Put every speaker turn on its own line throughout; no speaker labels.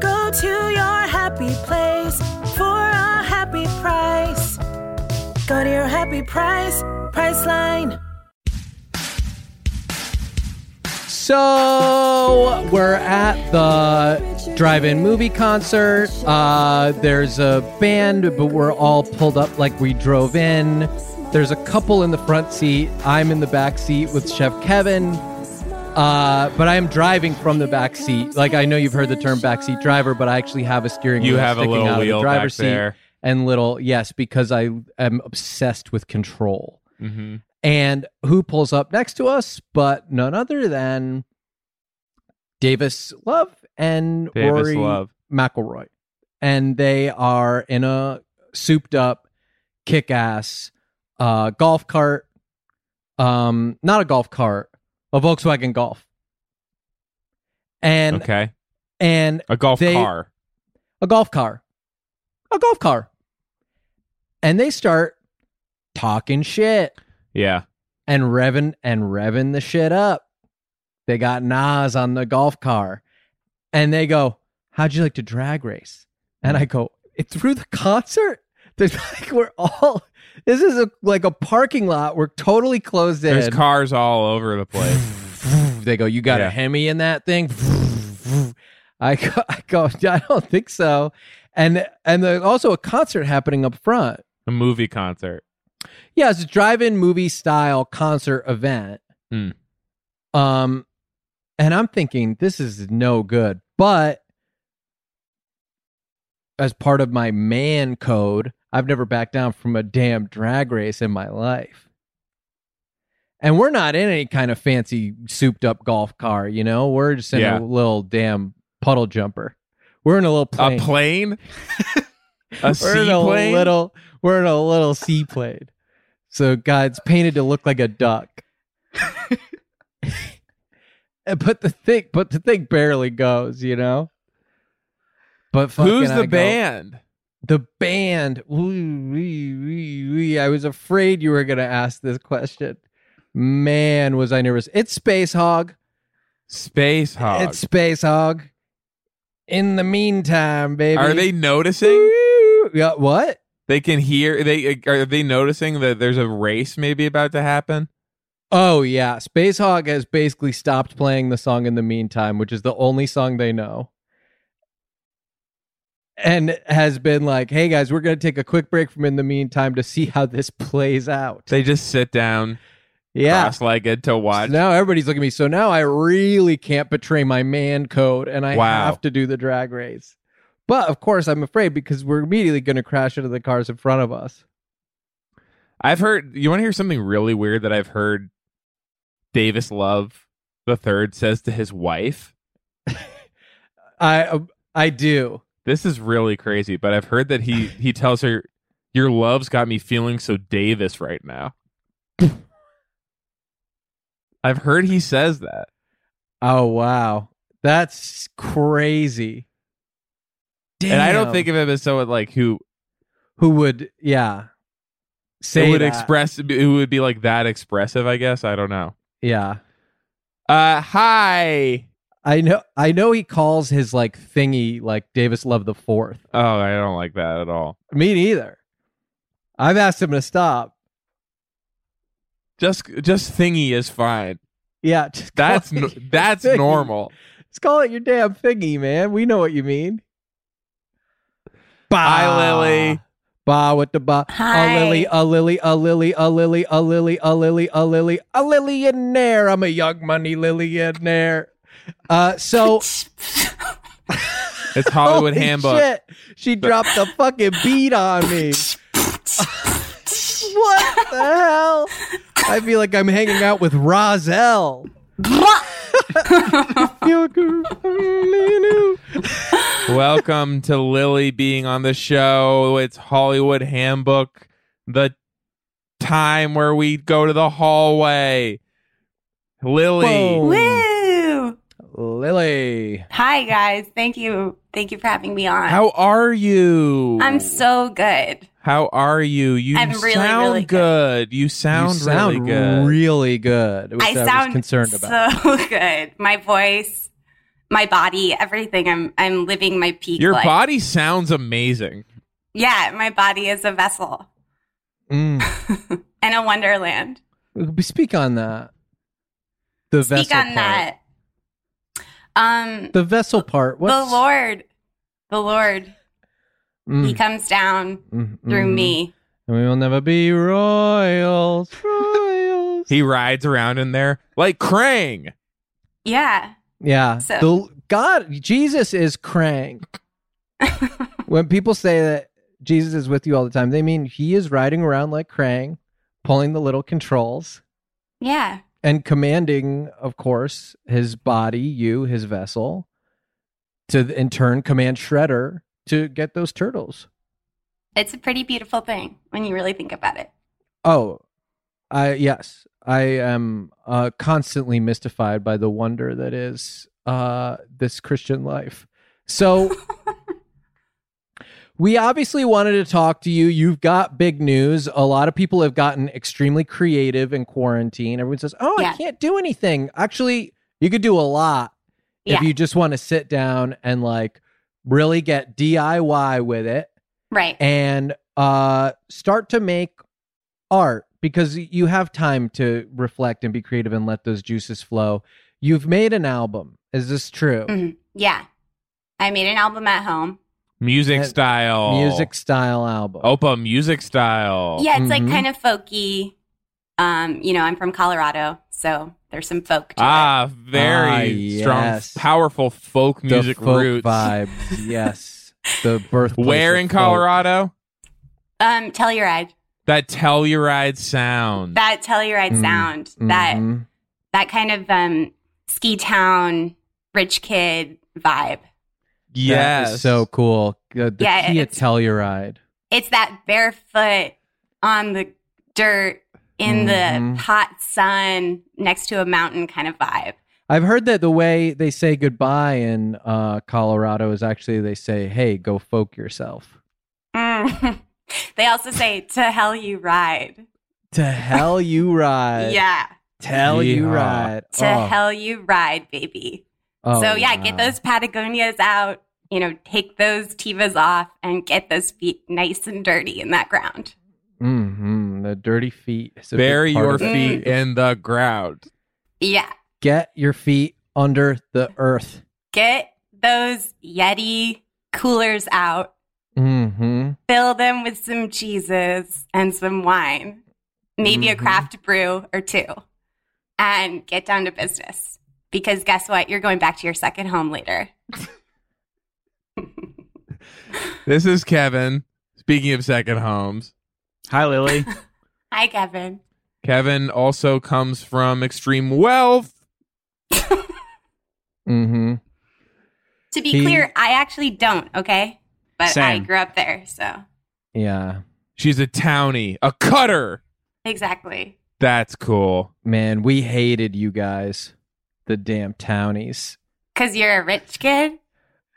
Go to your happy place for a happy price. Go to your happy price, Priceline.
So we're at the drive-in movie concert. Uh, there's a band, but we're all pulled up like we drove in. There's a couple in the front seat. I'm in the back seat with Chef Kevin. Uh, but I am driving from the back seat. Like I know you've heard the term backseat driver, but I actually have a steering
You
wheel
have a
sticking
little
out of the
wheel
driver's
back there.
seat and little yes, because I am obsessed with control.
Mm-hmm.
And who pulls up next to us but none other than Davis Love and
Davis
Rory
Love.
McElroy. And they are in a souped up, kick ass uh, golf cart. Um, not a golf cart, a Volkswagen Golf. And
okay.
and
A golf
they-
car.
a golf car, a golf car, and they start talking shit.
Yeah.
and revving and revving the shit up. They got Nas on the golf car, and they go, "How'd you like to drag race?" And I go, "It through the concert." There's like we're all. This is a, like a parking lot. We're totally closed in.
There's cars all over the place.
They go, "You got a
Yeah.
Hemi in that thing?" I go, I go, I don't think so. And and there's also a concert happening up front.
a movie concert.
Yeah, it's a drive-in movie style concert event.
Hmm.
Um, and I'm thinking this is no good, but as part of my man code, I've never backed down from a damn drag race in my life. And we're not in any kind of fancy souped up golf car, you know. We're just in
Yeah.
a little damn puddle jumper. We're in a little plane.
A plane? a
We're in a
seaplane?
little we're in a little seaplane. So God, it's painted to look like a duck. And- but the thing but the thing barely goes, you know? But fucking
Who's the
I go,
band?
The band. Ooh, wee, wee, wee. I was afraid you were gonna ask this question. Man, was I nervous. It's Space Hog.
Space Hog.
It's Space Hog. In the meantime, baby.
Are they noticing?
Ooh, yeah, what?
They can hear. They are they noticing that there's a race maybe about to happen?
Oh yeah, Space Hog has basically stopped playing the song in the meantime, which is the only song they know. And has been like, "Hey guys, we're going to take a quick break from in the meantime to see how this plays out."
They just sit down,
yeah.
cross-legged to
So
watch.
now everybody's looking at me. So now I really can't betray my man code and I
Wow.
have to do the drag race. But of course, I'm afraid because we're immediately going to crash into the cars in front of us.
I've heard. You want to hear something really weird that I've heard? Davis Love the third says to his wife.
I uh, I do.
This is really crazy, but I've heard that he he tells her, "Your love's got me feeling so Davis right now." I've heard he says that.
Oh wow. That's crazy.
And I don't
Damn.
think of him as someone like who
who would yeah. Say
who would
that.
express who would be like that expressive, I guess. I don't know.
Yeah.
Uh hi.
I know I know he calls his like thingy like Davis Love the Fourth.
Oh, I don't like that at all.
Me neither. I've asked him to stop.
Just just thingy is fine.
Yeah, just call
That's
it
n-
your
that's
thingy.
normal.
Just call it your damn thingy, man. We know what you mean. Bah.
Lily.
Bah Ah. with the bah.
Hi.
A lily, a lily, a lily, a lily, a lily, a lily, a lily, a lillionaire. I'm a young money lillionaire. Uh, so
It's Hollywood
Holy
handbook.
Shit. She dropped the fucking beat on me. what the hell? I feel like I'm hanging out with Roselle.
Welcome to Lily being on the show. It's Hollywood handbook. the time where we go to the hallway. Lily.
Whoa.
Woo!
Lily.
Hi guys. Thank you. Thank you for having me on.
How are you?
I'm so good.
How are you? You
I'm really,
sound
really
good. You sound,
you sound
really good.
really good, which I, was concerned about.
so good. My voice, my body, everything. I'm I'm living my peak.
Your
life.
body sounds amazing.
Yeah, my body is a vessel
Mm.
and a wonderland.
Speak on that. The vessel
Speak on
part.
that. Um,
The vessel part. What's,
the Lord, the Lord,
Mm,
He comes down
mm,
through
mm.
me.
And we will never be royals. Royals.
He rides around in there like Krang.
Yeah,
yeah.
So-
The, God, Jesus is crank. when people say that Jesus is with you all the time, they mean he is riding around like Krang, pulling the little controls
yeah,
and commanding, of course, his body, you, his vessel, to in turn command Shredder to get those turtles.
it's a pretty beautiful thing when you really think about it.
Oh, I yes, I am uh, constantly mystified by the wonder that is uh, this Christian life. So, we obviously wanted to talk to you. You've got big news. A lot of people have gotten extremely creative in quarantine. Everyone says, "Oh,
Yeah.
I can't do anything." Actually, you could do a lot if
Yeah.
you just want to sit down and like really get DIY with it
Right.
and uh, start to make art because you have time to reflect and be creative and let those juices flow. You've made an album. Is this true?
Mhm. Yeah, I made an album at home.
Music
Uh,
style.
Music style album.
Opa, music style.
Yeah, it's like
Mhm.
kind of folky. Um, you know, I'm from Colorado, so there's some folk. To it.
Ah, very
Ah,
strong,
yes.
powerful folk
the
music
folk
roots.
vibes. yes, the birthplace.
Where
of
in
folk.
Colorado?
Um, Telluride,
That Telluride sound.
that Telluride
Mm,
sound, that
Mhm.
that kind of um, ski town rich kid vibe.
yes.
That is so cool. Uh, The, the
Yeah,
Kia
it's-
Telluride.
It's that barefoot on the dirt in
Mhm.
the hot sun next to a mountain kind of vibe.
I've heard that the way they say goodbye in uh, Colorado is actually they say, "Hey, go folk yourself."
Mm. they also say "To hell you ride."
To hell you ride.
yeah,
Tell you
Yeehaw.
right.
to
Oh.
hell you ride, baby.
Oh,
so yeah,
wow.
get those Patagonias out. You know, take those Tivas off and get those feet nice and dirty in that ground.
Mhm. The dirty feet. is a big
Bury
part
your
of it.
feet in the ground.
Yeah,
Get your feet under the earth.
get those Yeti coolers out.
hmm
Fill them with some cheeses and some wine, maybe
Mhm.
a craft brew or two, and get down to business. Because guess what? You're going back to your second home later.
This is Kevin. Speaking of second homes,
Hi, Lily.
Hi, Kevin.
Kevin also comes from extreme wealth.
hmm
To be
He-
clear, I actually don't, okay? But I
Same.
grew up there, so
Yeah.
She's a townie, a cutter.
exactly.
That's cool.
Man, we hated you guys, the damn townies.
Because you're a rich kid?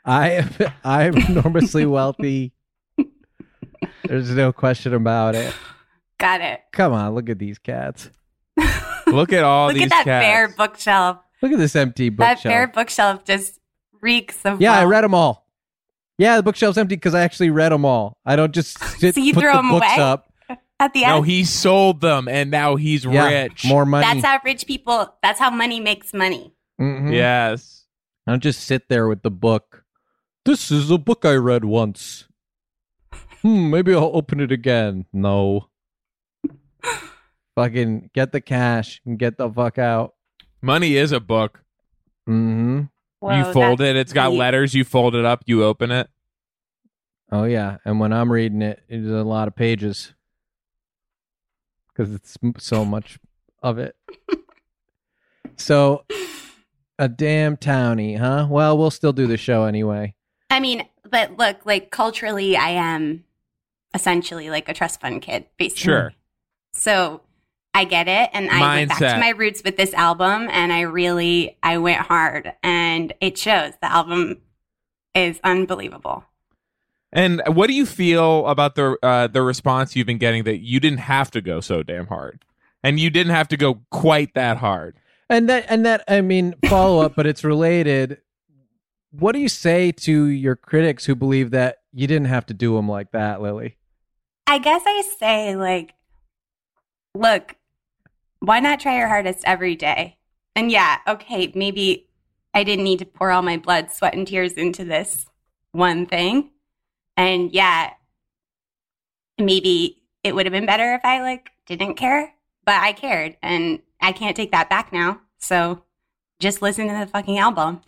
I am I'm enormously wealthy. There's no question about it.
Got it.
Come on, look at these cats.
Look at all
Look
these
at that
cats.
bare bookshelf.
Look at this empty
That
bookshelf.
bare bookshelf just reeks of
yeah, I
wealth.
read them all. Yeah, the bookshelf's empty because I actually read them all. I don't just sit,
So you
put
throw
the
'em
books
away?
up.
at the end.
No, he sold them and now he's
Yeah,
rich.
More money.
that's how rich people. That's how money makes money.
Mhm.
Yes.
I don't just sit there with the book. This is a book I read once. Hmm, maybe I'll open it again. No. Fucking get the cash and get the fuck out.
Money is a book.
Mm-hmm.
Whoa,
you fold
that's
it, it's got
deep.
letters. You fold it up, you open it.
Oh yeah, and when I'm reading it, it's a lot of pages because it's m- so much of it. so, a damn townie, huh? Well, we'll still do the show anyway.
I mean, but look, like culturally, I am. essentially like a trust fund kid, basically.
Sure.
So I get it. And I went back
Mindset.
to my roots with this album and I really, I went hard and it shows. The album is unbelievable.
And what do you feel about the uh, the response you've been getting that you didn't have to go so damn hard, and you didn't have to go quite that hard?
And that and that I mean follow up, but it's related. What do you say to your critics who believe that you didn't have to do them like that, Lily?
I guess I say, like, look, why not try your hardest every day? And yeah, okay, maybe I didn't need to pour all my blood, sweat, and tears into this one thing. And yeah, maybe it would have been better if I, like, didn't care, but I cared and I can't take that back now. So just listen to the fucking album.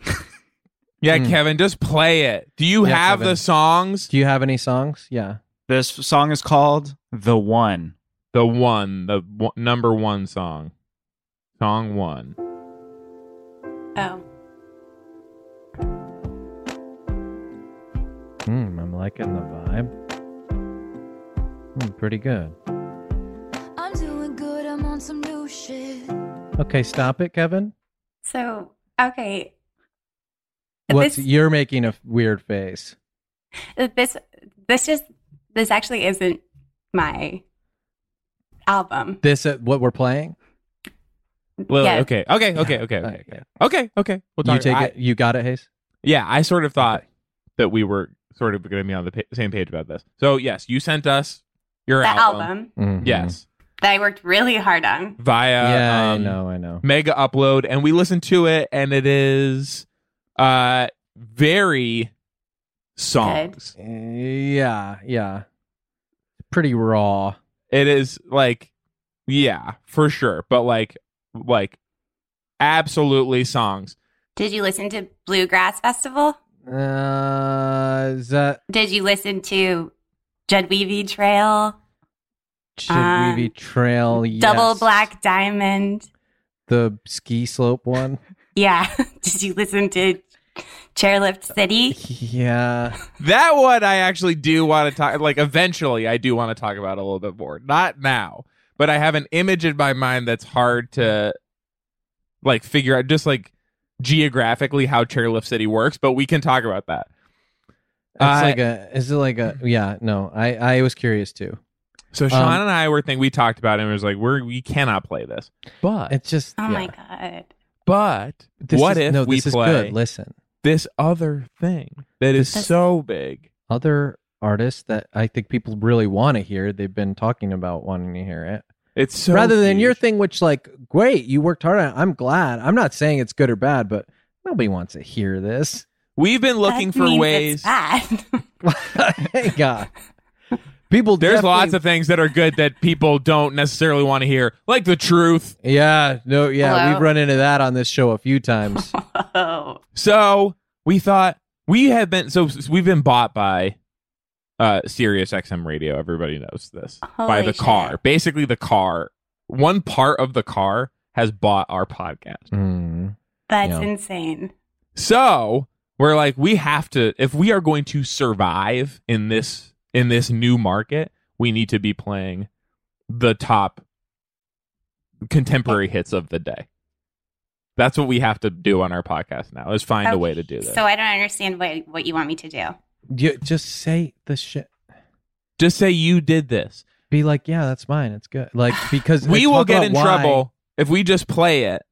Yeah,
Mm.
Kevin, just play it. Do you
Yeah,
have
Kevin.
the songs?
Do you have any songs? Yeah.
This song is called The One.
The one, the one, number one song, song one.
Oh.
Hmm, I'm liking the vibe. Hmm, pretty good.
I'm doing good, I'm on some new shit.
Okay, stop it, Kevin.
So, okay.
What's
This-
you're making a weird face.
Uh, this this just this actually isn't my album.
This uh, what we're playing?
Lily,
Yeah.
okay, okay, okay, okay,
Uh,
okay,
yeah.
okay, okay. We'll talk.
You take
I-
it. You got it, Hayes.
Yeah, I sort of thought that we were sort of going to be on the pa- same page about this. So yes, you sent us your
The
album.
album.
Mm-hmm.
Yes,
that I worked really hard on.
via
yeah,
um,
I know. I know.
mega upload and we listened to it and it is uh very songs
Yeah, yeah. Pretty raw.
it is like yeah for sure but like like absolutely songs
Did you listen to Bluegrass Festival?
Uh, is that
Did you listen to Judweavy Trail?
should
Um,
we be trail? Yes.
Double Black Diamond?
The ski slope one.
Yeah. Did you listen to Chairlift City?
yeah.
that one i actually do want to talk like eventually i do want to talk about a little bit more not now but i have an image in my mind that's hard to like figure out just like geographically how chairlift city works but we can talk about that
It's
Uh,
like a. Is it like
Mm.
a? Yeah. No. I. I was curious too.
So Sean
Um,
and I were thinking we talked about it and it was like we're we cannot play this. But
It's just.
Oh
yeah.
my god.
but
This
what
is-
if
no,
we
this is
play
good. Listen,
this other thing that is
This-
so big?
other artists that I think people really want to hear. They've been talking about wanting to hear it.
It's so
rather than your
huge.
thing, which like, great, you worked hard on. it. I'm glad. I'm not saying it's good or bad, but nobody wants to hear this.
We've been looking
That
for
means
ways.
It's bad.
Thank God. People,
There's
definitely-
lots of things that are good that people don't necessarily want to hear, like the truth.
yeah, no, yeah,
Hello?
we've run into that on this show a few times.
oh.
So we thought we have been so s- we've been bought by uh Sirius XM radio. Everybody knows this by
Holy
the
shit.
car. Basically, the car. One part of the car has bought our podcast.
Mm.
That's
Yeah.
insane.
So we're like, we have to if we are going to survive in this in this new market, we need to be playing the top contemporary hits of the day. That's what we have to do on our podcast now is find a way to do this.
So I don't understand what what you want me to do.
You, just say the shit.
Just say you did this.
Be like, yeah, that's mine. It's good. Like because
We
talk
will get
about
in
why-
trouble if we just play it.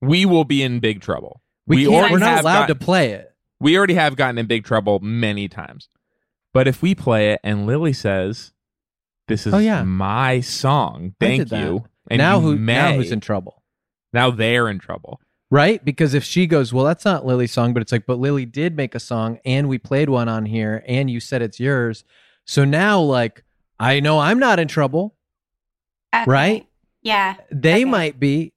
We will be in big trouble.
We,
we
can't,
already
we're not
have
allowed
got-
to play it.
we already have gotten in big trouble many times. But if we play it and Lily says, "This is
Oh, yeah.
my song," thank
did that.
you. And
now
you
who? Now
may-
who's in trouble?
now they're in trouble.
Right? Because if she goes, well, that's not Lily's song, but it's like, but Lily did make a song and we played one on here and you said it's yours. So now, like, I know I'm not in trouble.
Okay.
Right?
Yeah.
They
Okay.
might be,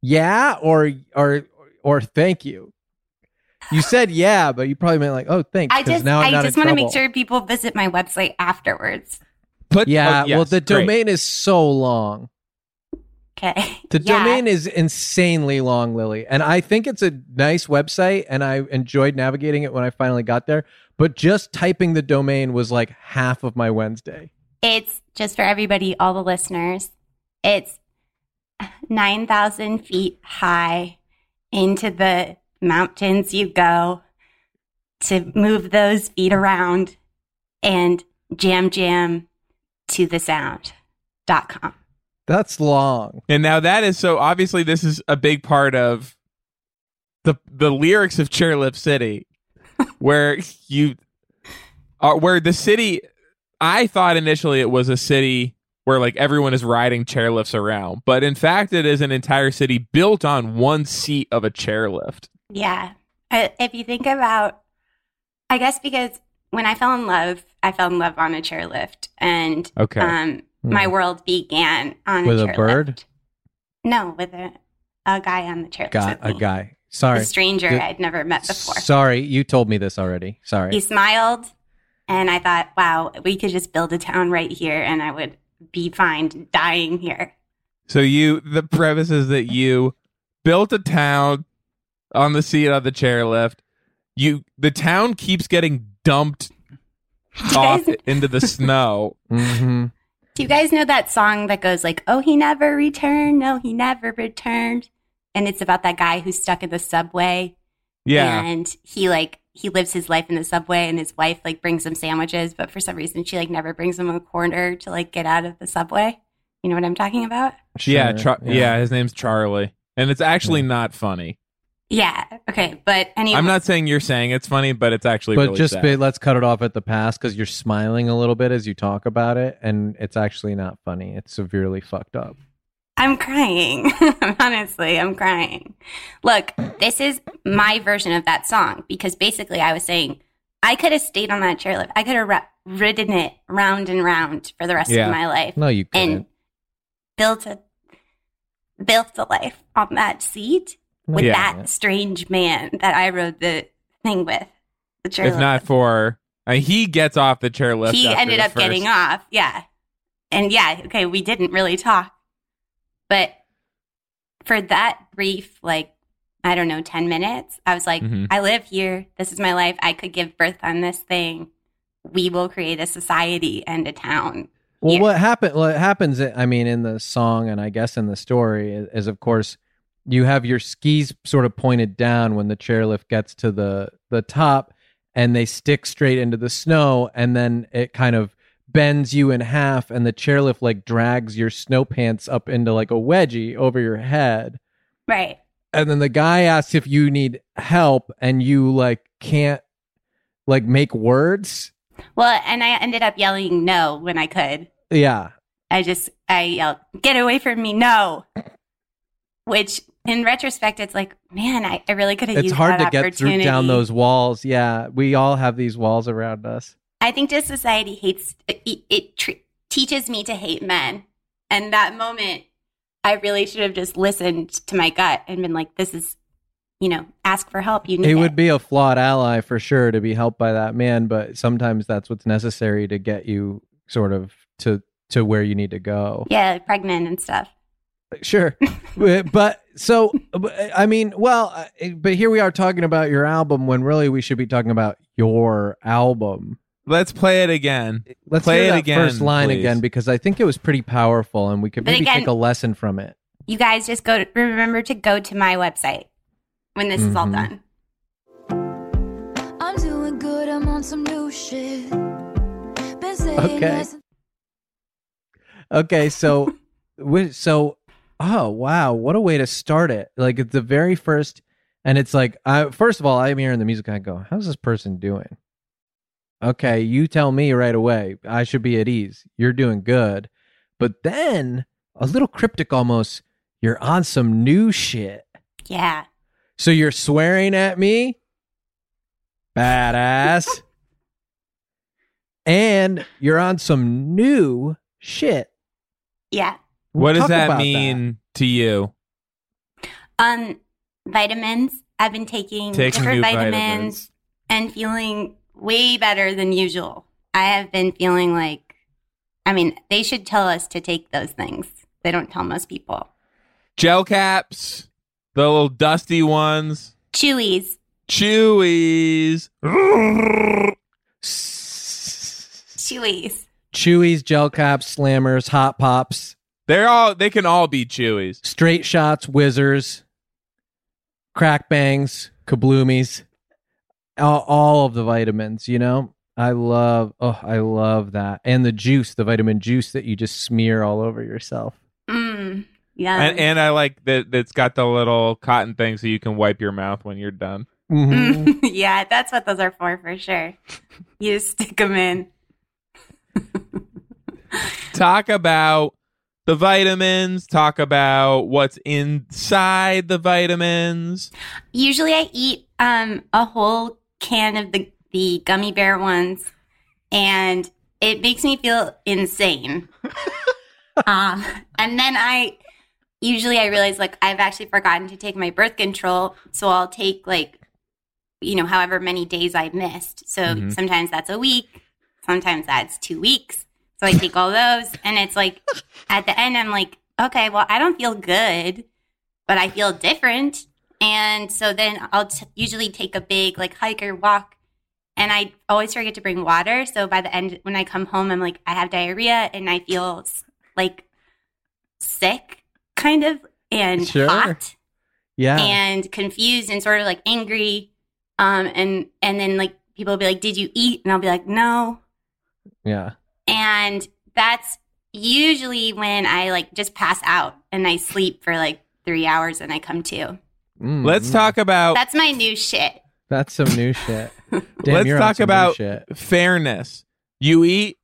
yeah, or, or, or thank you. You said yeah, but you probably meant like, oh, thanks.
I
'cause
just
now I'm
I
not
just
in
want to
trouble.
make sure people visit my website afterwards.
Put
Yeah.
oh, yes,
well, the
great.
domain is so long.
Okay.
The
Yeah.
domain is insanely long, Lily, and I think it's a nice website, and I enjoyed navigating it when I finally got there. But just typing the domain was like half of my Wednesday.
It's just for everybody, all the listeners. It's 9,000 feet high into the mountains you go to move those feet around and jam jam to the sound dot com.
That's long.
And now that is so obviously this is a big part of the the lyrics of Chairlift City, where you are where the city. I thought initially it was a city where like everyone is riding chairlifts around, but in fact it is an entire city built on one seat of a chairlift.
Yeah. I, if you think about, I guess because when I fell in love, I fell in love on a chairlift, and
Okay.
um, my
Hmm.
world began on
With a
chairlift.
bird?
No, with a, a guy on the chairlift.
Got
with
a
me.
guy.
a
Sorry.
stranger
The-
I'd never met before.
Sorry, you told me this already. Sorry.
He smiled, and I thought, wow, we could just build a town right here, and I would be fine dying here.
So you the premise is that you built a town on the seat of the chairlift. You the town keeps getting dumped off
guys-
into the snow.
Mhm.
Do you guys know that song that goes like, "Oh, he never returned. No, he never returned," and it's about that guy who's stuck in the subway.
Yeah.
and he like he lives his life in the subway, and his wife like brings him sandwiches, but for some reason she like never brings him a quarter to like get out of the subway. You know what I'm talking about?
yeah,
Sure,
Char- yeah, his name's Charlie. And it's actually not funny.
Yeah. Okay. But anyway,
I'm not saying you're saying it's funny, but it's actually
But
really
just
sad.
be, let's cut it off at the pass because you're smiling a little bit as you talk about it, and it's actually not funny. It's severely fucked up.
I'm crying. Honestly, I'm crying. Look, this is my version of that song because basically I was saying I could have stayed on that chairlift. I could have ra- ridden it round and round for the rest
Yeah.
of my life
No, you couldn't.
and built a built a life on that seat with
Yeah.
that strange man that I rode the thing with. The chairlift.
if not for uh, he gets off the chairlift.
he
after
ended
the
up getting
first-
off. Yeah. And yeah, okay, we didn't really talk. But for that brief, like, I don't know, 10 minutes, I was like,
Mm-hmm.
Mhm.
I live here. This is my life. I could give birth on this thing. We will create a society and a town.
Well,
Yeah.
what happened? What happens? I mean, in the song, and I guess in the story, is, is of course you have your skis sort of pointed down when the chairlift gets to the the top, and they stick straight into the snow, and then it kind of bends you in half, and the chairlift like drags your snow pants up into like a wedgie over your head,
Right.
and then the guy asks if you need help, and you like can't like make words.
Well, and I ended up yelling no when I could.
Yeah,
I just I yelled, "Get away from me!" No. Which, in retrospect, it's like, man, I, I really could have.
it's
used
hard to
that
get through down
opportunity.
those walls. Yeah, we all have these walls around us.
I think just society hates it. it tr- teaches me to hate men, and that moment, I really should have just listened to my gut and been like, "This is, you know, ask for help. You need
It would be a flawed ally for sure to be helped by that man, but sometimes that's what's necessary to get you sort of to to where you need to go.
yeah, like pregnant and stuff.
Sure. But- but so I mean, well, I- but here we are talking about your album when really we should be talking about your album.
Let's play it again.
Let's
Play
hear
it
that
again,
first line
please.
again because I think it was pretty powerful and we could
But
maybe
again-
take a lesson from it.
You guys just go to, remember to go to my website when this is all
Mhm.
done.
I'm doing good, I'm on some new shit. Been saying
Okay.
yes
Okay, so wi- so oh wow, what a way to start it. Like it's the very first and it's like I first of all, I'm hearing the music I go, how's this person doing? Okay, you tell me right away. I should be at ease. You're doing good. But then a little cryptic almost, you're on some new shit.
Yeah,
So you're swearing at me? Badass. and you're on some new shit.
yeah.
What does
Talk
that
about
mean to you?
Um, vitamins. I've been taking
Take
different
new
vitamins,
vitamins.
and feeling way better than usual. I have been feeling like, I mean, they should tell us to take those things. They don't tell most people.
gel caps, the little dusty ones,
Chewies.
chewies.
Chewies.
Chewies, gel caps, slammers, hot pops,
They're all they can all be chewies.
straight shots, whizzers, crack bangs, kabloomies, all, all of the vitamins, you know? I love, oh, I love that. And the juice, the vitamin juice that you just smear all over yourself.
Mmm. Yum.
And, and I like that that's got the little cotton thing so you can wipe your mouth when you're done.
Mhm.
Mm, yeah, that's what those are for, for sure. You just stick them in.
Talk about the vitamins, talk about what's inside the vitamins.
Usually, I eat um, a whole can of the the gummy bear ones, and it makes me feel insane. um, and then I usually I realize like I've actually forgotten to take my birth control, so I'll take like you know however many days I missed. So
Mhm.
sometimes that's a week, sometimes that's two weeks. So I take all those, and it's like at the end I'm like, okay, well I don't feel good, but I feel different. And so then I'll t- usually take a big like hike or walk. And I always forget to bring water. So by the end, when I come home, I'm like, I have diarrhea and I feel s- like sick, kind of, and
Sure.
hot
Yeah.
and confused and sort of like angry. Um, and, and then like people will be like, Did you eat? And I'll be like, No.
yeah.
And that's usually when I like just pass out and I sleep for like three hours and I come to.
Mm,
Let's
mm.
talk about
That's my new shit.
That's some new shit. Damn,
Let's
you're on
talk
some new
about
shit.
fairness. You eat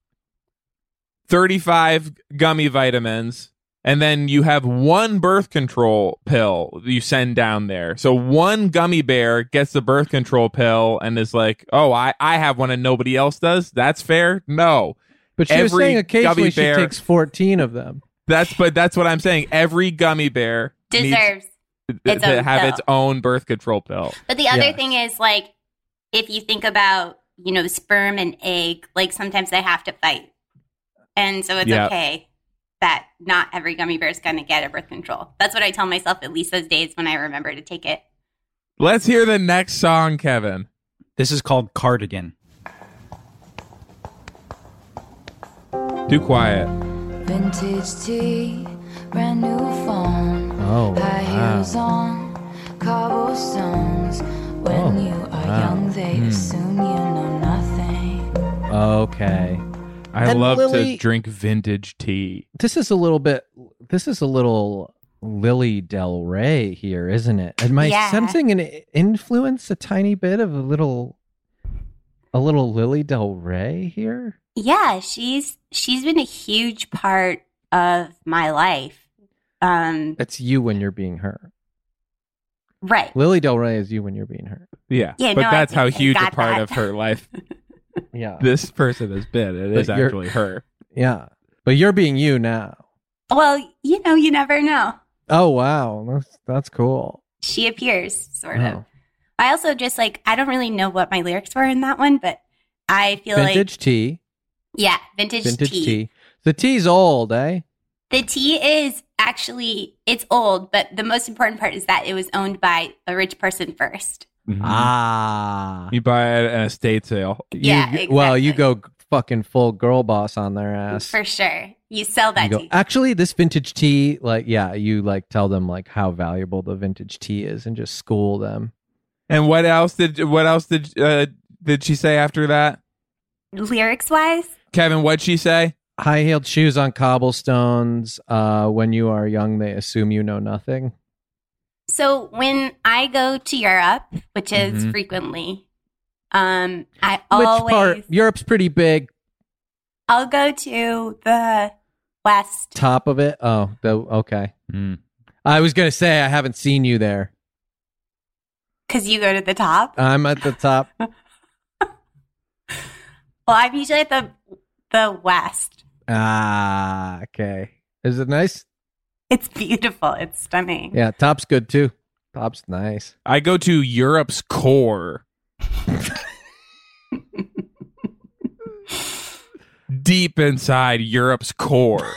35 gummy vitamins and then you have one birth control pill you send down there. So one gummy bear gets the birth control pill and is like, "Oh, I I have one and nobody else does." That's fair? No.
But she was
every
saying occasionally
gummy
she
bear-
takes 14 of them.
That's but that's what I'm saying. Every gummy bear needs
Deserves.
th-
its
to
own
have
pill.
its own birth control pill.
But the other
Yes.
thing is like if you think about, you know, sperm and egg, like sometimes they have to fight. And so it's
Yeah.
okay that not every gummy bear is going to get a birth control. That's what I tell myself at least those days when I remember to take it.
Let's hear the next song, Kevin.
This is called Cardigan.
Too quiet.
Vintage tea, brand new phone,
Oh,
high
wow.
heels on, cobblestones. When
Oh,
you are
wow. Hmm.
young, they assume you know nothing.
Okay.
I
And
love
Lily-
to drink vintage tea.
This is a little bit, this is a little Lily Del Rey here, isn't it? Am I
Yeah.
sensing an influence, a tiny bit of a little, a little Lily Del Rey here?
Yeah, she's she's been a huge part of my life. Um
That's you when you're being her.
right.
Lily Del Rey is you when you're being her.
Yeah.
Yeah,
but
no, I
that's how
think I
huge a
got
part
that.
of her life
Yeah.
this person has been. It is
But you're-
actually her.
Yeah. But you're being you now.
Well, you know, you never know.
Oh, wow. That's, that's cool.
She appears sort of.
Oh.
I also just like I don't really know what my lyrics were in that one, but I feel
Vintage tea.
like yeah, vintage,
Vintage
tea.
tea. The tea's old, eh?
The tea is actually it's old, but the most important part is that it was owned by a rich person first.
Ah.
Mm-hmm. You buy it at an estate sale.
yeah,
Mm-hmm. You- Well, you
exactly.
go g- fucking full girl boss on their ass.
for sure. You sell
You
that
go,
tea.
Actually, this vintage tea, like, yeah, you like tell them like how valuable the vintage tea is and just school them.
And what else did what else did uh, did she say after that?
lyrics wise,
Kevin, what'd she say?
High heeled shoes on cobblestones. Uh, when you are young, they assume you know nothing.
So when I go to Europe, which is
Mhm.
frequently, um, I
Mm-hmm. Which part?
always
Europe's pretty big.
I'll go to the west.
Top of it. Oh, the, okay.
Mm,
I was gonna say I haven't seen you there.
Cause you go to the top.
I'm at the top.
Well, I'm usually at the the west.
ah, okay. Is it nice?
It's beautiful. It's stunning.
Yeah, top's good too. Top's nice.
I go to Europe's core. Deep inside Europe's core.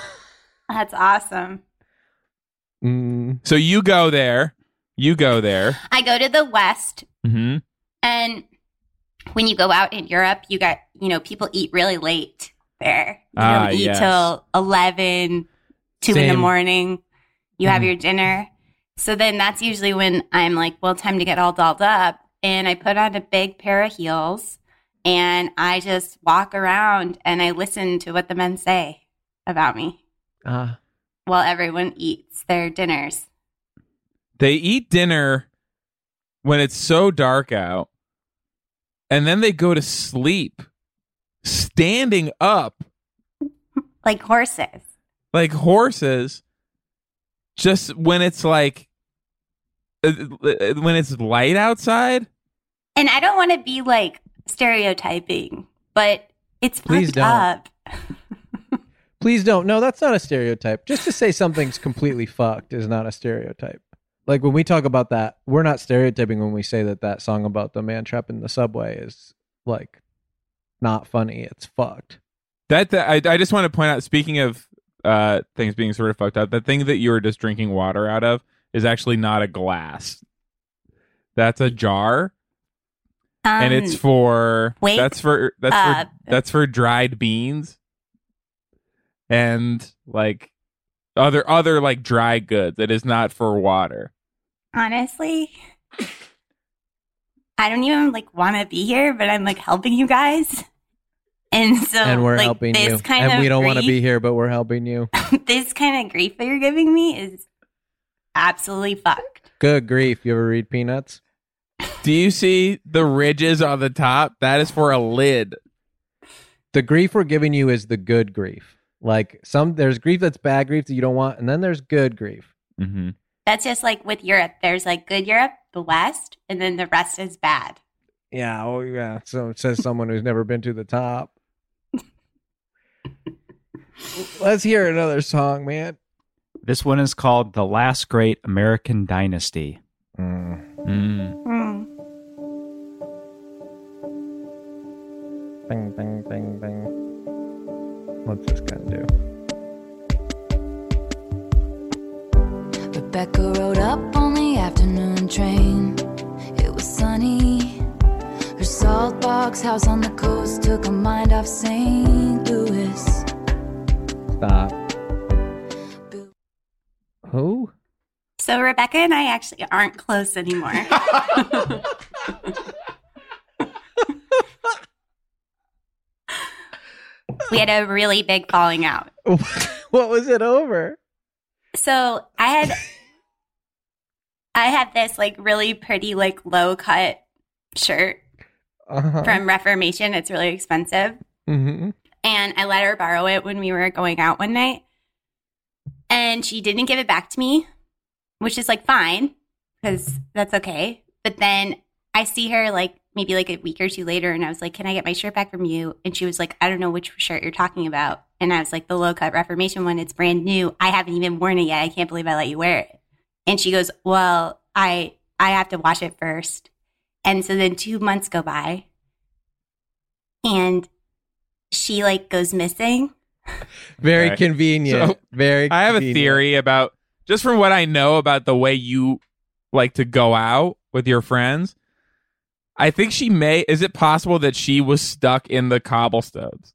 That's awesome.
Mm.
So you go there. You go there.
I go to the West
Mm-hmm.
And when you go out in Europe, you got, you know, people eat really late there. You
Ah,
don't eat
yes.
till 11, 2 in the
Same.
morning. You
Mm-hmm.
have your dinner. So then that's usually when I'm like, well, time to get all dolled up. And I put on a big pair of heels and I just walk around and I listen to what the men say about me
Ah.
while everyone eats their dinners.
They eat dinner when it's so dark out, and then they go to sleep, standing up
Like horses.
like horses. Just when it's like uh, uh, when it's light outside.
And I don't want to be like stereotyping, but it's
Please
fucked
don't.
up.
Please don't. No, that's not a stereotype. Just to say something's completely fucked is not a stereotype. Like when we talk about that, we're not stereotyping when we say that that song about the man trapped in the subway is like not funny. It's fucked.
That, that I, I just want to point out. Speaking of uh, things being sort of fucked up, the thing that you were just drinking water out of is actually not a glass. That's a jar,
Um,
and it's for
wake
that's for that's
up.
for that's for dried beans and like other other like dry goods. It is not for water.
honestly, I don't even like want to be here, but I'm like helping you guys, and so
and we're
Oh, like,
helping
this
you.
Kind
and
of
we don't
grief,
want to be here, but we're helping you.
this kind of grief that you're giving me is absolutely fucked.
Good grief. You ever read Peanuts?
Do you see the ridges on the top? That is for a lid.
The grief we're giving you is the good grief. Like some there's grief that's bad grief that you don't want, and then there's good grief.
Mm-hmm.
That's just like with Europe. There's like good Europe, the West, and then the rest is bad.
Yeah, oh yeah. So it says someone who's never been to the top. Let's hear another song, man.
This one is called The Last Great American Dynasty.
Mm,
Mm-hmm.
Hmm.
Bing, bing, bing, bing. What's this gonna do?
Rebecca rode up on the afternoon train. It was sunny. Her salt box house on the coast took her mind off St. Louis.
Stop. Who?
So Rebecca and I actually aren't close anymore. we had a really big falling out.
what was it over?
So I had I had this like really pretty like low cut shirt
Uh-huh.
from Reformation. It's really expensive.
hmm
and I let her borrow it when we were going out one night. And she didn't give it back to me, which is like fine because that's okay. But then I see her like maybe like a week or two later, and I was like, Can I get my shirt back from you? And she was like, I don't know which shirt you're talking about. And I was like, The low cut Reformation one, it's brand new. I haven't even worn it yet. I can't believe I let you wear it. And she goes, Well, I I have to wash it first. And so then two months go by and she like goes missing.
Very
Okay.
convenient.
So,
Very.
I have a
convenient.
theory about just from what I know about the way you like to go out with your friends. I think she may. Is it possible that she was stuck in the cobblestones?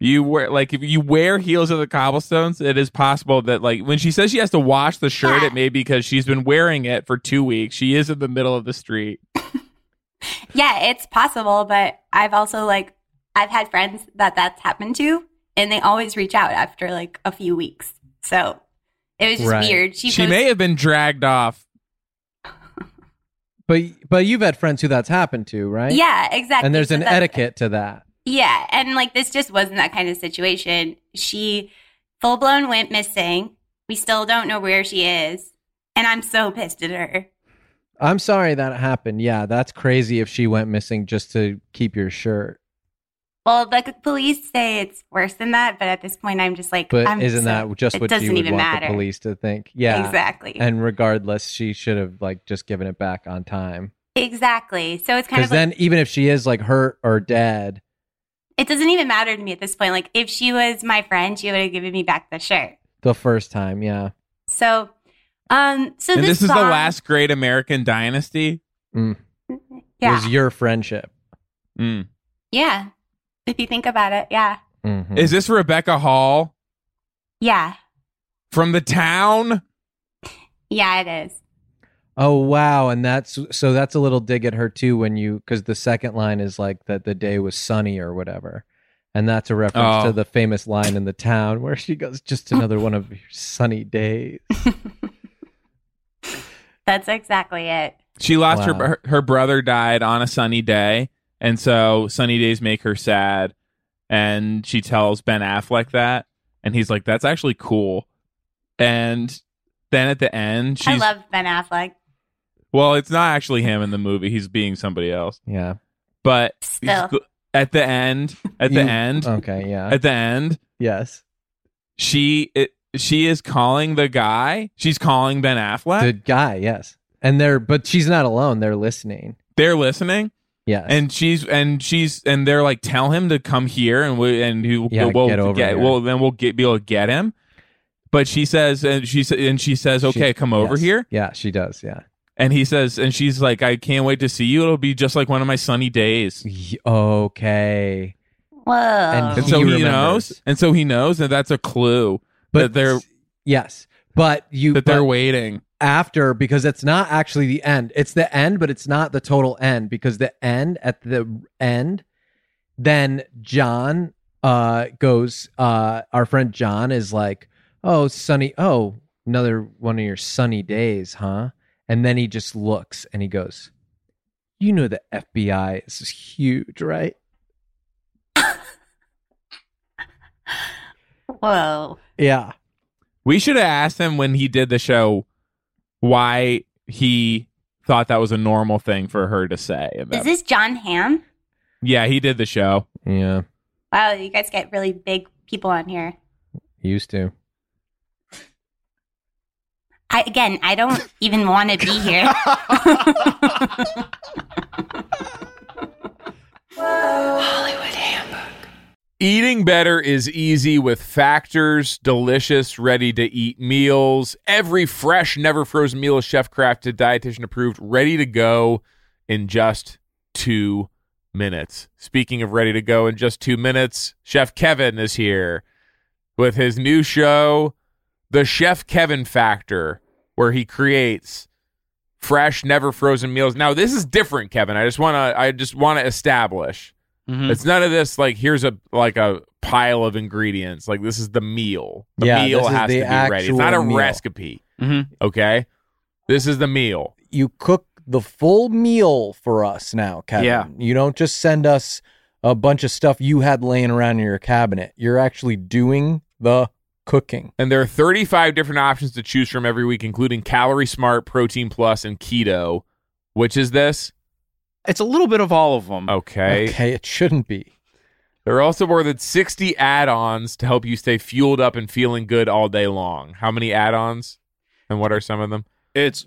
You wear like if you wear heels in the cobblestones, it is possible that like when she says she has to wash the shirt,
Yeah.
it may be because she's been wearing it for two weeks. She is in the middle of the street.
Yeah, it's possible, but I've also like I've had friends that that's happened to, and they always reach out after like a few weeks. So it was just
Right.
weird. She,
She, may have been dragged off.
But but you've had friends who that's happened to, right?
yeah, exactly.
And there's
So
an
that's-
etiquette to that.
Yeah, and like this just wasn't that kind of situation. She full blown went missing. We still don't know where she is, and I'm so pissed at her.
I'm sorry that happened. Yeah, that's crazy if she went missing just to keep your shirt.
Well, the police say it's worse than that, but at this point, I'm just like,
But
I'm
isn't
so-
that just
it
what
doesn't
you would
even
want
matter.
the police to think? Yeah.
exactly?
And regardless, she should have like just given it back on time.
exactly. So it's kind
Because
of
then,
like,
even if she is like hurt or dead,
it doesn't even matter to me at this point. Like, if she was my friend, she would have given me back the shirt.
the first time, yeah,
So, um, so
and
this,
this, is the
song-
last great American dynasty.
yeah,
was your friendship.
Mm.
yeah. If you think about it, yeah,
Mhm.
Is this Rebecca Hall
yeah,
from the town?
yeah. It is.
Oh wow, and that's so that's a little dig at her too when you because the second line is like that the day was sunny or whatever, and that's a reference
Oh.
to the famous line in the town where she goes, "Just another one of your sunny days."
That's exactly it.
She lost
Wow.
her, her her brother died on a sunny day, and so sunny days make her sad. And she tells Ben Affleck that, and he's like, "That's actually cool." And then at the end, she's
I love Ben Affleck.
well, it's not actually him in the movie; he's being somebody else.
Yeah.
But
Still,
at the end, at the
You- uh,
end,
Okay. Yeah.
at the end,
yes.
she it, she is calling the guy. She's calling Ben Affleck.
The guy. Yes. And they're but she's not alone. They're listening.
They're listening.
Yes.
and she's and she's and they're like tell him to come here and we and he,
Yeah,
we'll
get over here.
well then we'll get be able to get him but she says and she sa- and she says
She-
okay come over
yes.
here
Yeah, she does. Yeah.
and he says and she's like i can't wait to see you it'll be just like one of my sunny days
Y- okay.
whoa.
And
and so
He
he,
remembers.
knows and so he knows and that's a clue
But
that they're
yes. But you
that they're
but-
waiting
after because it's not actually the end. It's the end, but it's not the total end because the end at the end, then John uh goes uh our friend John is like, "Oh, sunny. Oh, another one of your sunny days, huh?" And then he just looks and he goes, "You know the FBI is huge, right?"
whoa.
Yeah.
we should have asked him when he did the show why he thought that was a normal thing for her to say in that-
Is this John Hamm?
yeah he did the show
Yeah.
Wow, you guys get really big people on here.
Used to.
I, again, I don't even want to be here.
Eating better is easy with factors, delicious, ready to eat meals. Every fresh, never frozen meal is chef crafted, dietitian approved, ready to go in just two minutes. Speaking of ready to go in just two minutes, Chef Kevin is here with his new show, The Chef Kevin Factor, where he creates fresh, never frozen meals. Now, this is different, Kevin. I just want to I just want to establish
Mm-hmm.
Hmm.
it's none of this like here's a like a pile of ingredients. Like this is the meal. The
Yeah,
meal
this is
has
the
to be ready. It's not a
actual meal.
recipe.
Mm-hmm.
Okay. This is the meal.
you cook the full meal for us now, Kevin.
Yeah.
You don't just send us a bunch of stuff you had laying around in your cabinet. You're actually doing the cooking.
And there are 35 different options to choose from every week, including Calorie Smart, Protein Plus, and Keto. Which is this?
It's a little bit of all of them.
Okay.
Okay, it shouldn't be.
There are also more than 60 add ons to help you stay fueled up and feeling good all day long. How many add ons? And what are some of them?
It's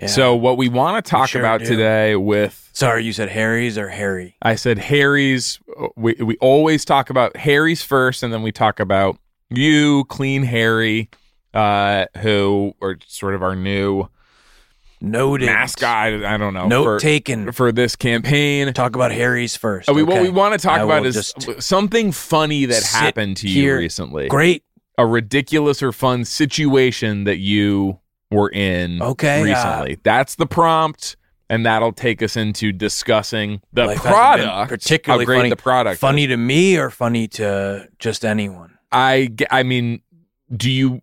Yeah.
So what we want to talk
sure
about
do.
today with
sorry, you said Harry's or Harry?
I said Harry's uh, we we always talk about Harry's first, and then we talk about you, Clean Harry, uh, who are sort of our new
Noted.
mascot. I don't know
Note
for,
taken.
for this campaign.
Talk about Harry's first.
Uh, we, What
okay?
we want to talk
I
about
will
is
just
something funny that
sit
happened to you
here.
recently.
great.
A ridiculous or fun situation that you were in
Okay, uh,
recently. That's the prompt, and that'll take us into discussing the
Life hasn't been
product,
particularly
how great
funny.
the product. is.
Funny to me or funny to just anyone?
I, ge- I mean, do you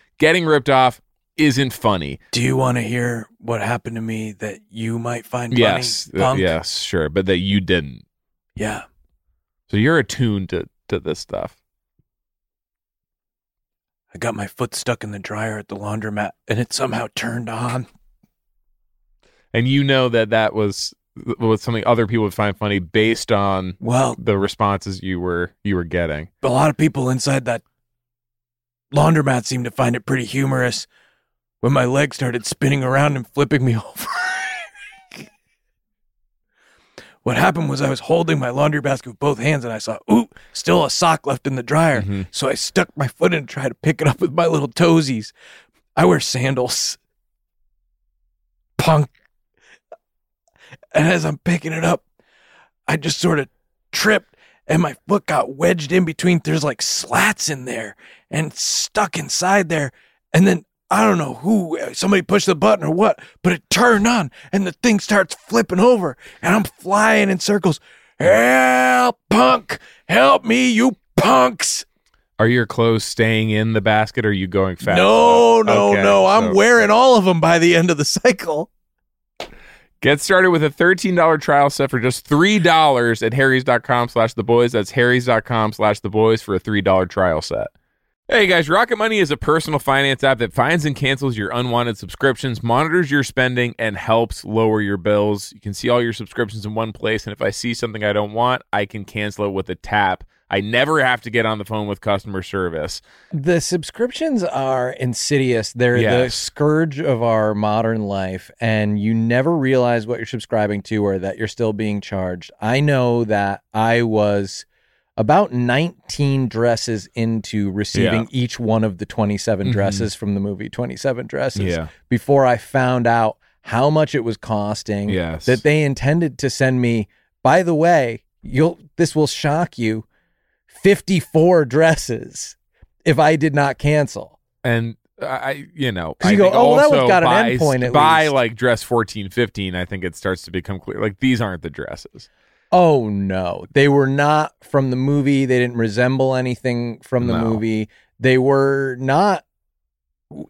Getting ripped off isn't funny.
Do you want to hear what happened to me that you might find funny?
Yes, uh,
punk?
yes, sure, but that you didn't.
Yeah.
So you're attuned to to this stuff.
I got my foot stuck in the dryer at the laundromat and it somehow turned on.
And you know that that was was something other people would find funny based on
Well,
the responses you were you were getting.
a lot of people inside that laundromat seemed to find it pretty humorous when my leg started spinning around and flipping me over. what happened was I was holding my laundry basket with both hands and I saw, ooh, still a sock left in the dryer.
Mhm.
So I stuck my foot in and tried to pick it up with my little toesies. I wear sandals. Punk. And as I'm picking it up, I just sort of tripped and my foot got wedged in between. There's like slats in there and stuck inside there. And then I don't know who, somebody pushed the button or what, but it turned on and the thing starts flipping over and I'm flying in circles. Help, punk! Help me, you punks!
Are your clothes staying in the basket or are you going fast?
no,
enough?
no,
Okay,
no. I'm
so-
wearing all of them by the end of the cycle.
Get started with a $13 trial set for just $3 at harrys.com slash the boys. That's harrys.com slash the boys for a $3 trial set. Hey guys, Rocket Money is a personal finance app that finds and cancels your unwanted subscriptions, monitors your spending, and helps lower your bills. You can see all your subscriptions in one place, and if I see something I don't want, I can cancel it with a tap. I never have to get on the phone with customer service.
The subscriptions are insidious. They're the
Yes.
scourge of our modern life, and you never realize what you're subscribing to or that you're still being charged. I know that I was about 19 dresses into receiving
Yeah.
each one of the 27
Mhm.
dresses from the movie 27 Dresses before I found out how much it was costing
Yes.
that they intended to send me. By the way, you'll this will shock you. 54 dresses if I did not cancel.
and I you know,
'Cause
I
you go,
think
"Oh, well, that
also
one's got an
by,
endpoint at
by
least."
like dress fourteen, fifteen, I think it starts to become clear. Like these aren't the dresses.
Oh no, they were not from the movie. They didn't resemble anything from the
No.
movie. They were not.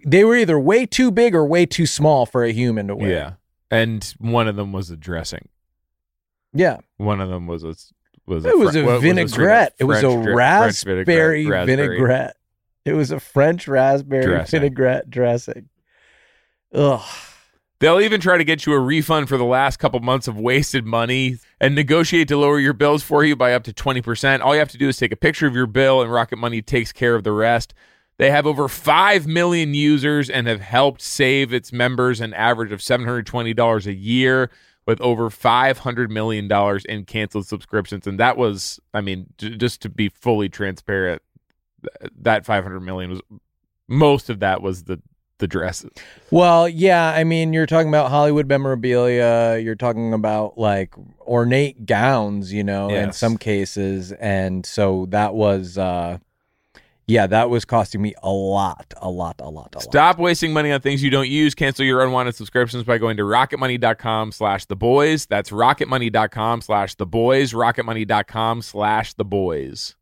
They were either way too big or way too small for a human to wear.
Yeah, and one of them was a dressing.
yeah.
One of them was a s- was
It was
Fre-
a
what straight up
vinaigrette. It was a
French dre- French
raspberry vinaigrette. It was a French raspberry
Dressing.
vinaigrette dressing. Ugh.
They'll even try to get you a refund for the last couple months of wasted money and negotiate to lower your bills for you by up to 20%. All you have to do is take a picture of your bill, and Rocket Money takes care of the rest. They have over 5 million users and have helped save its members an average of $720 a year with over $500 million in canceled subscriptions. And that was, I mean, j- just to be fully transparent, th- that 500 million was most of that was the the dresses.
Well, yeah, I mean, you're talking about Hollywood memorabilia. You're talking about like ornate gowns, you know, in
Yes.
some cases, and so that was, uh yeah, that was costing me a lot, a lot, a lot, a lot.
Stop wasting money on things you don't use. Cancel your unwanted subscriptions by going to rocketmoney.com slash the boys. That's rocketmoney.com slash the boys. Rocketmoney.com slash the boys.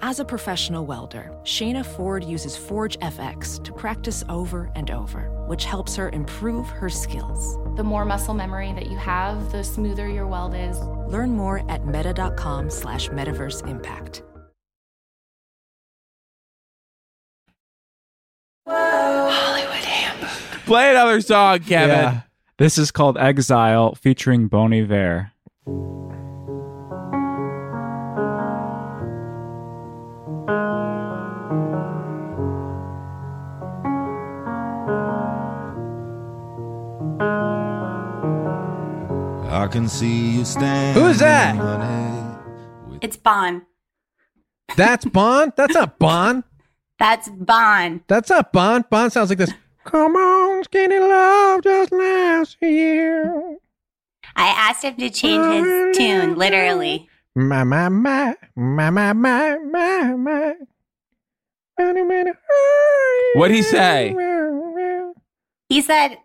As a professional welder, Shayna Ford uses Forge FX to practice over and over, which helps her improve her skills.
The more muscle memory that you have, the smoother your weld is.
Learn more at meta.com slash metaverse impact.
Play another song, Kevin.
Yeah. This is called Exile featuring Bon Iver.
I can see you stand.
Who is that?
It's Bon.
That's Bond. That's not Bond.
That's Bon.
That's not Bond. Bond sounds like this. Come on, skinny love, just last year.
I asked him to change his tune, literally.
My my my my my my my my.
What'd he say?
He said,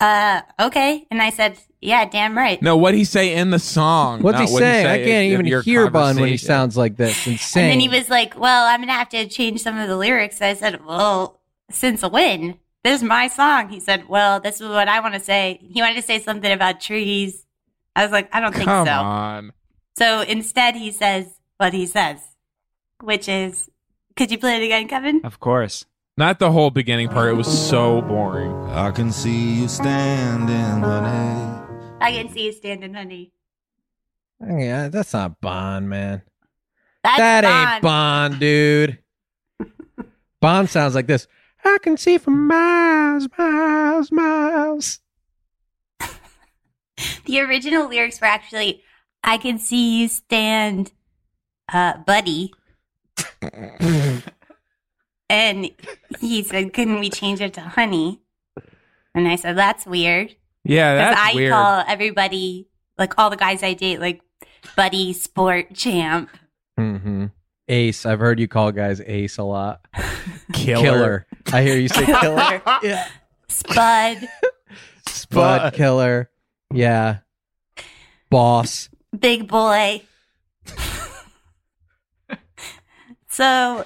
uh, okay. And I said, yeah, damn right.
No, what'd he say in the song?
What's he
not what'd
saying? I
in-
can't
in
even
your
hear Bond when he
conversation.
sounds like this. Insane.
And then he was like, well, I'm going to have to change some of the lyrics. I said, well, since when? This is my song. He said, well, this is what I want to say. He wanted to say something about trees. I was like, I don't think
Come
so.
on.
So instead, he says what he says, which is, could you play it again, Kevin?
Of course.
Not the whole beginning part. It was so boring.
I can see you standing, honey.
I can see you standing, honey.
yeah, that's not Bond, man.
That's
that
Bond.
ain't Bond, dude. Bond sounds like this. I can see for miles, miles, miles.
The original lyrics were actually, I can see you stand, uh, buddy. and he said, couldn't we change it to honey? And I said, that's weird.
Yeah,
'Cause
that's
I
weird.
call everybody, like all the guys I date, like buddy, sport, champ.
Mm-hmm. Ace. I've heard you call guys Ace a lot.
Killer.
I hear you say killer.
Spud,
Spud killer. Yeah. Boss.
big boy. so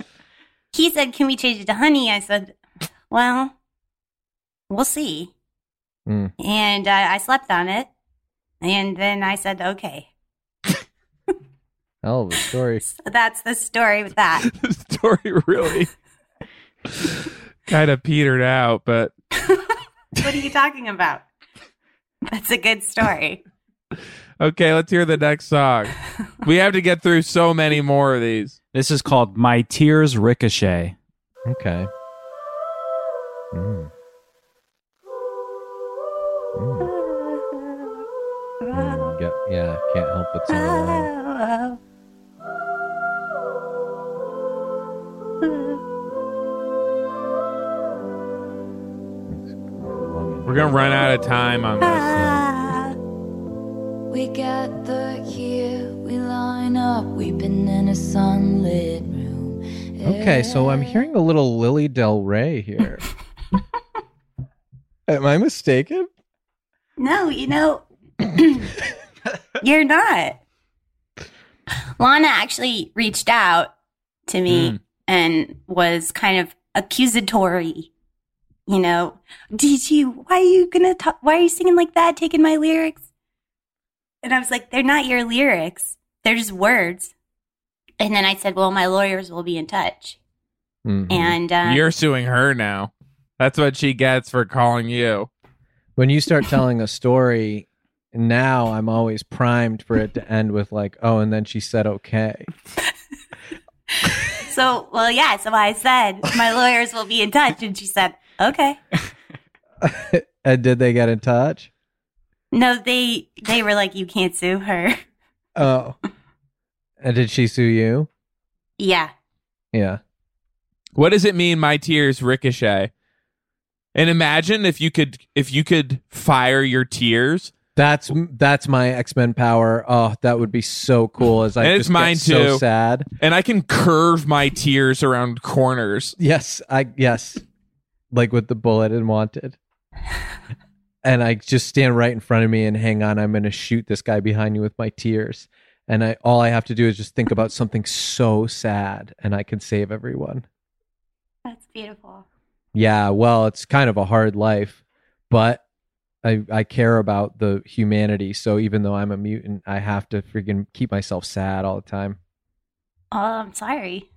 he said, Can we change it to honey? I said, Well, we'll see.
Mm.
And uh, I slept on it. And then I said, Okay.
Hell of a story.
So that's the story with that.
the story really kind of petered out, but
what are you talking about? That's a good story.
okay, let's hear the next song. We have to get through so many more of these.
This is called My Tears Ricochet.
Okay. Mm. Yep. Mm. Yeah. Can't help but sing along.
We're gonna run out of time on this.
We gather here, we line up, weeping in a sunlit room
Okay, so I'm hearing a little Lily Del Rey here. Am I mistaken?
No, you know, you're not. Lana actually reached out to me and was kind of accusatory. You know, did you? Why are you gonna talk? Why are you singing like that? Taking my lyrics? And I was like, they're not your lyrics. They're just words. And then I said, well, my lawyers will be in touch.
Mm-hmm. Hmm.
And um,
You're suing her now. That's what she gets for calling you.
When you start telling a story, now I'm always primed for it to end with like, oh, and then she said okay.
So, well, yeah. So I said, my lawyers will be in touch. And she said, okay.
And did they get in touch?
No, they they were like, you can't sue her.
Oh. And did she sue you?
Yeah.
Yeah.
What does it mean my tears ricochet? And imagine if you could if you could fire your tears.
That's that's my X Men power. Oh, that would be so cool. As I
and
just
it's mine
get
too.
so sad.
And I can curve my tears around corners.
Yes, I yes, like with the bullet and wanted. And I just stand right in front of me and hang on. I'm going to shoot this guy behind you with my tears. And I all I have to do is just think about something so sad, and I can save everyone.
That's beautiful.
Yeah, well, it's kind of a hard life, but I I care about the humanity. So even though I'm a mutant, I have to freaking keep myself sad all the time.
Oh, I'm sorry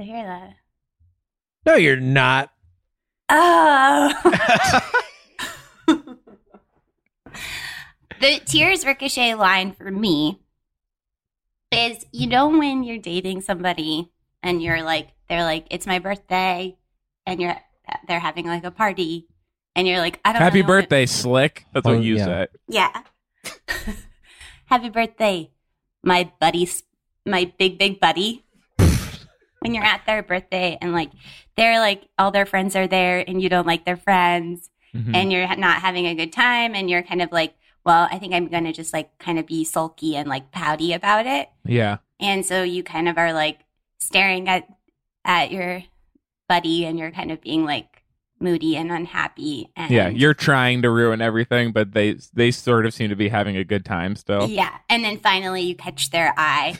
to hear that.
No, you're not.
Oh. the tears ricochet line for me is you know when you're dating somebody and you're like they're like it's my birthday and you're they're having like a party and you're like I don't
Happy
know what-
birthday, Slick. That's what
Oh,
you
yeah.
said.
yeah. Happy birthday, my buddy, my big, big buddy. when you're at their birthday and like they're like all their friends are there and you don't like their friends
Hmm. Mm-hmm.
Mhm.
and you're ha- not having a good time and you're kind of like, well, I think I'm going to just like kind of be sulky and like pouty about it.
Yeah.
And so you kind of are like staring at at your buddy and you're kind of being like moody and unhappy and
Yeah. You're trying to ruin everything, but they they sort of seem to be having a good time still.
Yeah. And then finally you catch their eye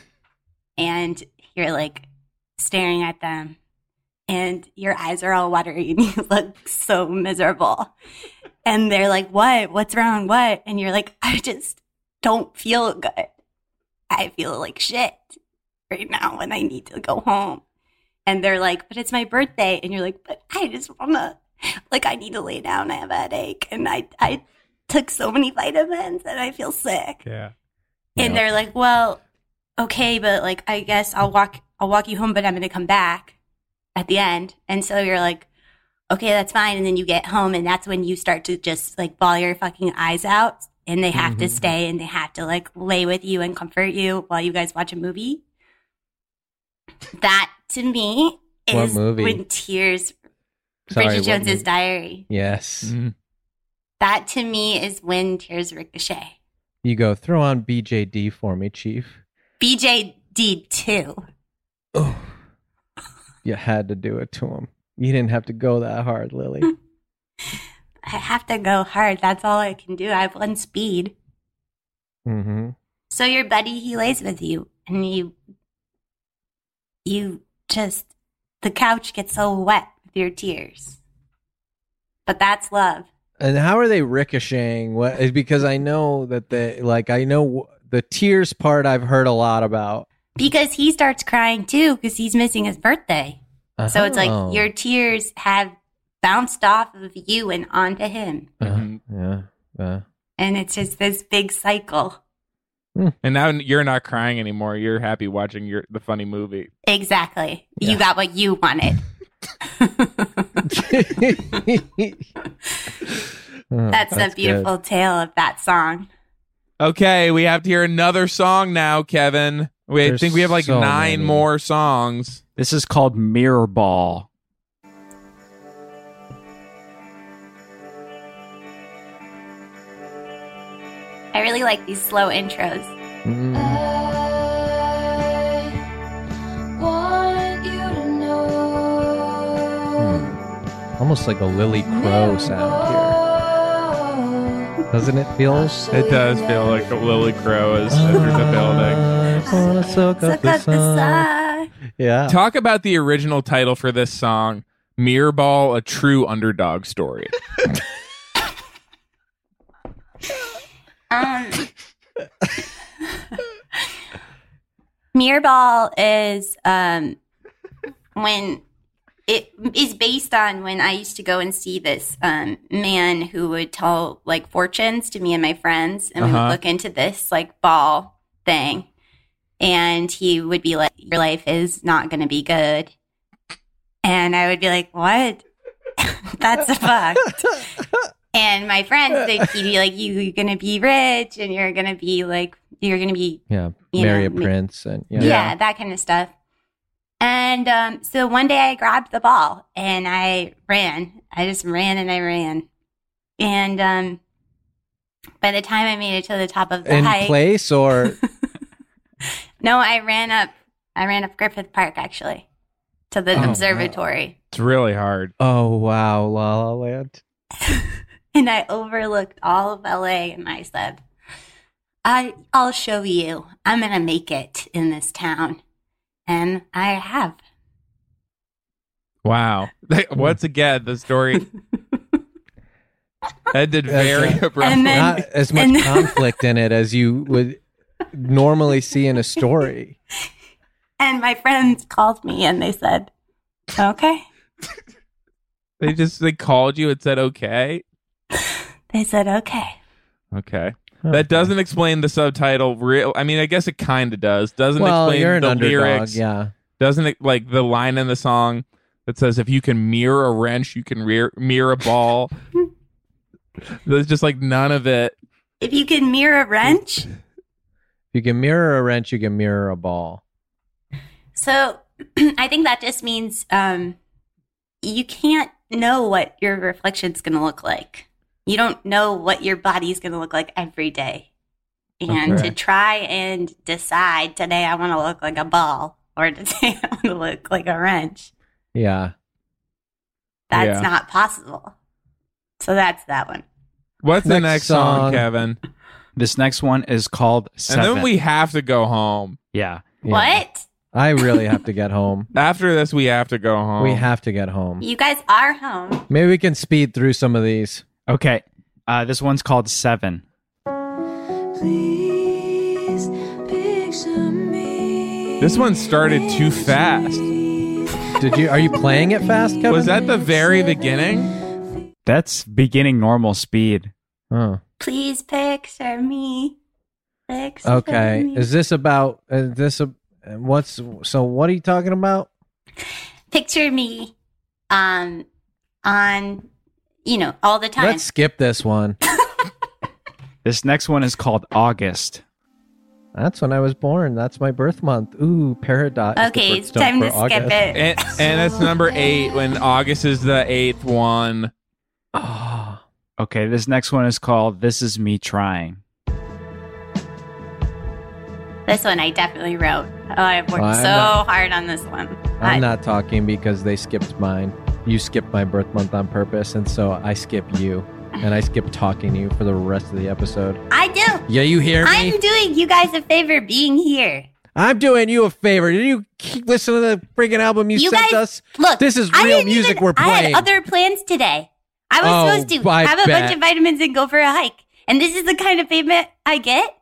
and you're like staring at them and your eyes are all watery and you look so miserable. And they're like, What? What's wrong? What? And you're like, I just don't feel good. I feel like shit right now and I need to go home. And they're like, But it's my birthday. And you're like, But I just wanna like I need to lay down. I have a headache and I I took so many vitamins and I feel sick.
Yeah.
And they're like, "Well, okay, but like I guess I'll walk I'll walk you home, but I'm going to come back at the end." And so you're like, "Okay, that's fine." And then you get home and that's when you start to just like ball your fucking eyes out and they have to
Mm-hmm.
Mhm.
stay and they have to like lay with you and comfort you while you guys watch a movie. That to me is
What movie?
when tears
Sorry,
Bridget
what
Jones's
movie?
diary.
Yes.
That to me is when tears ricochet.
You go throw on BJD for me, Chief.
BJD two.
You had to do it to him. You didn't have to go that hard, Lily.
I have to go hard. That's all I can do. I have one speed.
mm-hmm.
So your buddy, he lays with you, and you, you just the couch gets so wet with your tears. But that's love.
And how are they ricocheting? What is because I know that they like I know w- the tears part I've heard a lot about.
because he starts crying too because he's missing his birthday. So it's
Oh.
like your tears have bounced off of you and onto him,
Mm-hmm.
Yeah. Yeah.
and it's just this big cycle.
And now you're not crying anymore. You're happy watching your the funny movie.
Exactly.
Yeah.
You got what you wanted.
Uh,
that's,
that's
the beautiful tale of that song.
Okay, we have to hear another song now, Kevin. We I
There's
think we have like
so
nine
many.
more songs.
This is called Mirror Ball.
I really like these slow intros.
Mm-hmm.
I want you to know
almost like a Lily Crow sound here. Doesn't it feel?
Oh,
It
does feel like a Lily Crow is through the building.
Oh, Yeah.
Talk about the original title for this song, Mirrorball, a true underdog story.
Um, Mirrorball is um, when it is based on when I used to go and see this um, man who would tell like fortunes to me and my friends, and we
Uh-huh.
would look into this like ball thing, and he would be like, "Your life is not going to be good," and I would be like, "What? That's a fucked." And my friends, they'd be like, you, you're going to be rich and you're going to be like, you're going to be,
Yeah.
You
Marry
know,
a
ma-
prince and
yeah. that kind of stuff. And um, so one day I grabbed the ball and I ran. I just ran and I ran. And um, by the time I made it to the top of the
in
hike,
place or
no, I ran up. I ran up Griffith Park actually to the
Oh, wow.
observatory
It's really hard.
Oh wow, La La Land.
and I overlooked all of LA and I said, I, I'll show you. I'm going to make it in this town. And I have.
Wow. Once again, the story ended very abruptly.
And then-
Not as much
and-
conflict in it as you would normally see in a story.
And my friends called me and they said, okay.
they just they called you and said okay.
They said, okay.
Okay. That doesn't explain the subtitle. Real, I mean, I guess it kind of does. Doesn't
Well,
explain
you're an
the
underdog,
lyrics.
yeah.
Doesn't it like the line in the song that says, "If you can mirror a wrench, you can rear, mirror a ball." There's just like none of it.
If you can mirror a wrench.
You can mirror a wrench, you can mirror a ball.
So I think that just means um, you can't know what your reflection's going to look like. You don't know what your body's going to look like every day. And
Okay.
to try and decide today I want to look like a ball or today I want to look like a wrench,
Yeah.
Yeah.
that's not possible. So that's that one.
What's the
Next
next song,
song.
Kevin?
This next one is called Seven.
And then we have to go home.
Yeah.
What?
I really have to get home.
After this, we have to go home.
We have to get home.
You guys are home.
Maybe we can speed through some of these.
Okay. Uh, this one's called Seven.
Please picture me.
This one started too fast.
Did you? Are you playing it fast, Kevin?
Was that the very beginning?
That's beginning normal speed.
Oh.
Please picture me. Picture
Okay.
me.
Is this about is this a what's so what are you talking about?
picture me um on you know all the time
Let's skip this one.
This next one is called August.
That's when I was born. That's my birth month. Ooh, paradise.
Okay, it's time to skip it.
And, and that's number eight when August is the eighth one.
Okay. This next one is called This Is Me Trying.
this one i definitely wrote oh, i've worked
I'm
so
not-
hard on this one I-
I'm not talking because they skipped mine. You skipped my birth month on purpose, and so I skip you, and I skip talking to you for the rest of the episode.
i do
Yeah, you hear me?
i'm doing you guys a favor being here
I'm doing you a favor. Did you keep listening to the friggin' album you,
You
sent
guys-
us?
look,
this is
I
real
didn't
music
even-
we're
i
playing.
had other plans today i was
Oh,
supposed to
I
have a
bet.
bunch of vitamins and go for a hike and this is the kind of payment i get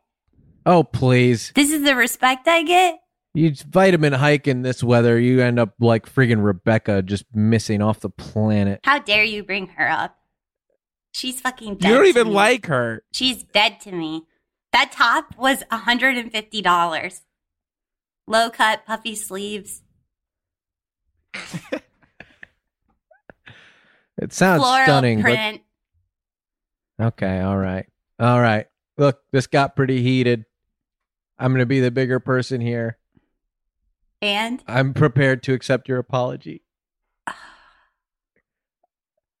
oh please,
this is the respect i get
you vitamin hike in this weather, you end up like friggin' Rebecca, just missing off the planet.
how dare you bring her up she's fucking dead
You don't
to
even
me.
like her.
She's dead to me. That top was $150. Low cut, puffy sleeves,
It sounds
floral
stunning,
print.
but okay, all right, all right. Look, this got pretty heated. I'm gonna be the bigger person here.
and
I'm prepared to accept your apology.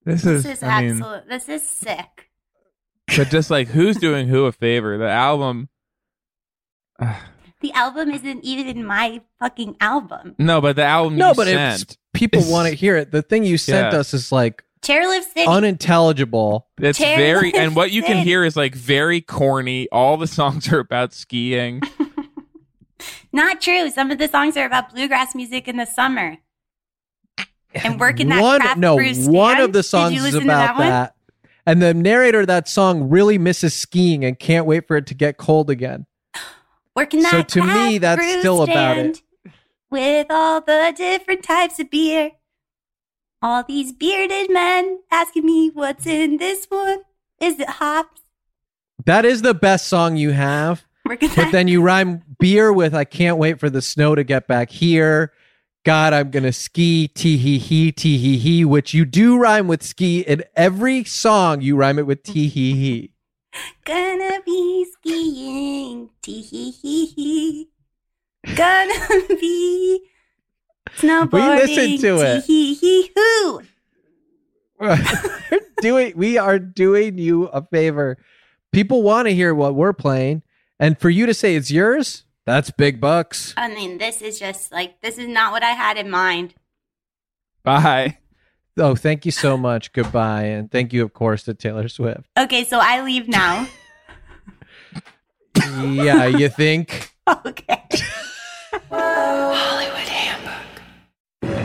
This is,
this is
I mean,
absolute. This is sick.
but just like who's doing who a favor? The album.
The album isn't even my fucking album.
No, but the album.
No,
you
but it's-
sent
people
is-
want to hear it. The thing you sent
Yeah.
us is like
Chairlift City.
unintelligible.
It's
Terrible
very and what you can
sin.
hear is like very corny. All the songs are about skiing.
Not true. Some of the songs are about bluegrass music in the summer. And working that
one
craft
no
brew
one
stand.
of the songs
Did you
is
listen to
about
that, one?
that, and the narrator of that song really misses skiing and can't wait for it to get cold again.
Working that
So to me,
craft
that's
brew
still about it.
stand With all the different types of beer. All these bearded men asking me what's in this one. Is it hops?
That is the best song you have.
We're
But then you rhyme beer with I can't wait for the snow to get back here. God, I'm gonna ski, tee hee hee, tee hee hee, which you do rhyme with ski in every song. You rhyme it with tee hee hee.
Gonna be skiing. Tee hee hee hee. Gonna be snowboarding.
listen to it.
Tee hee hee hoo.
doing we are doing you a favor. People want to hear what we're playing, and for you to say it's yours, that's big bucks.
I mean, this is just like this is not what I had in mind.
Bye.
Oh, thank you so much. Goodbye, and thank you, of course, to Taylor Swift.
Okay, so I leave now.
yeah, you think?
Hollywood Handbook.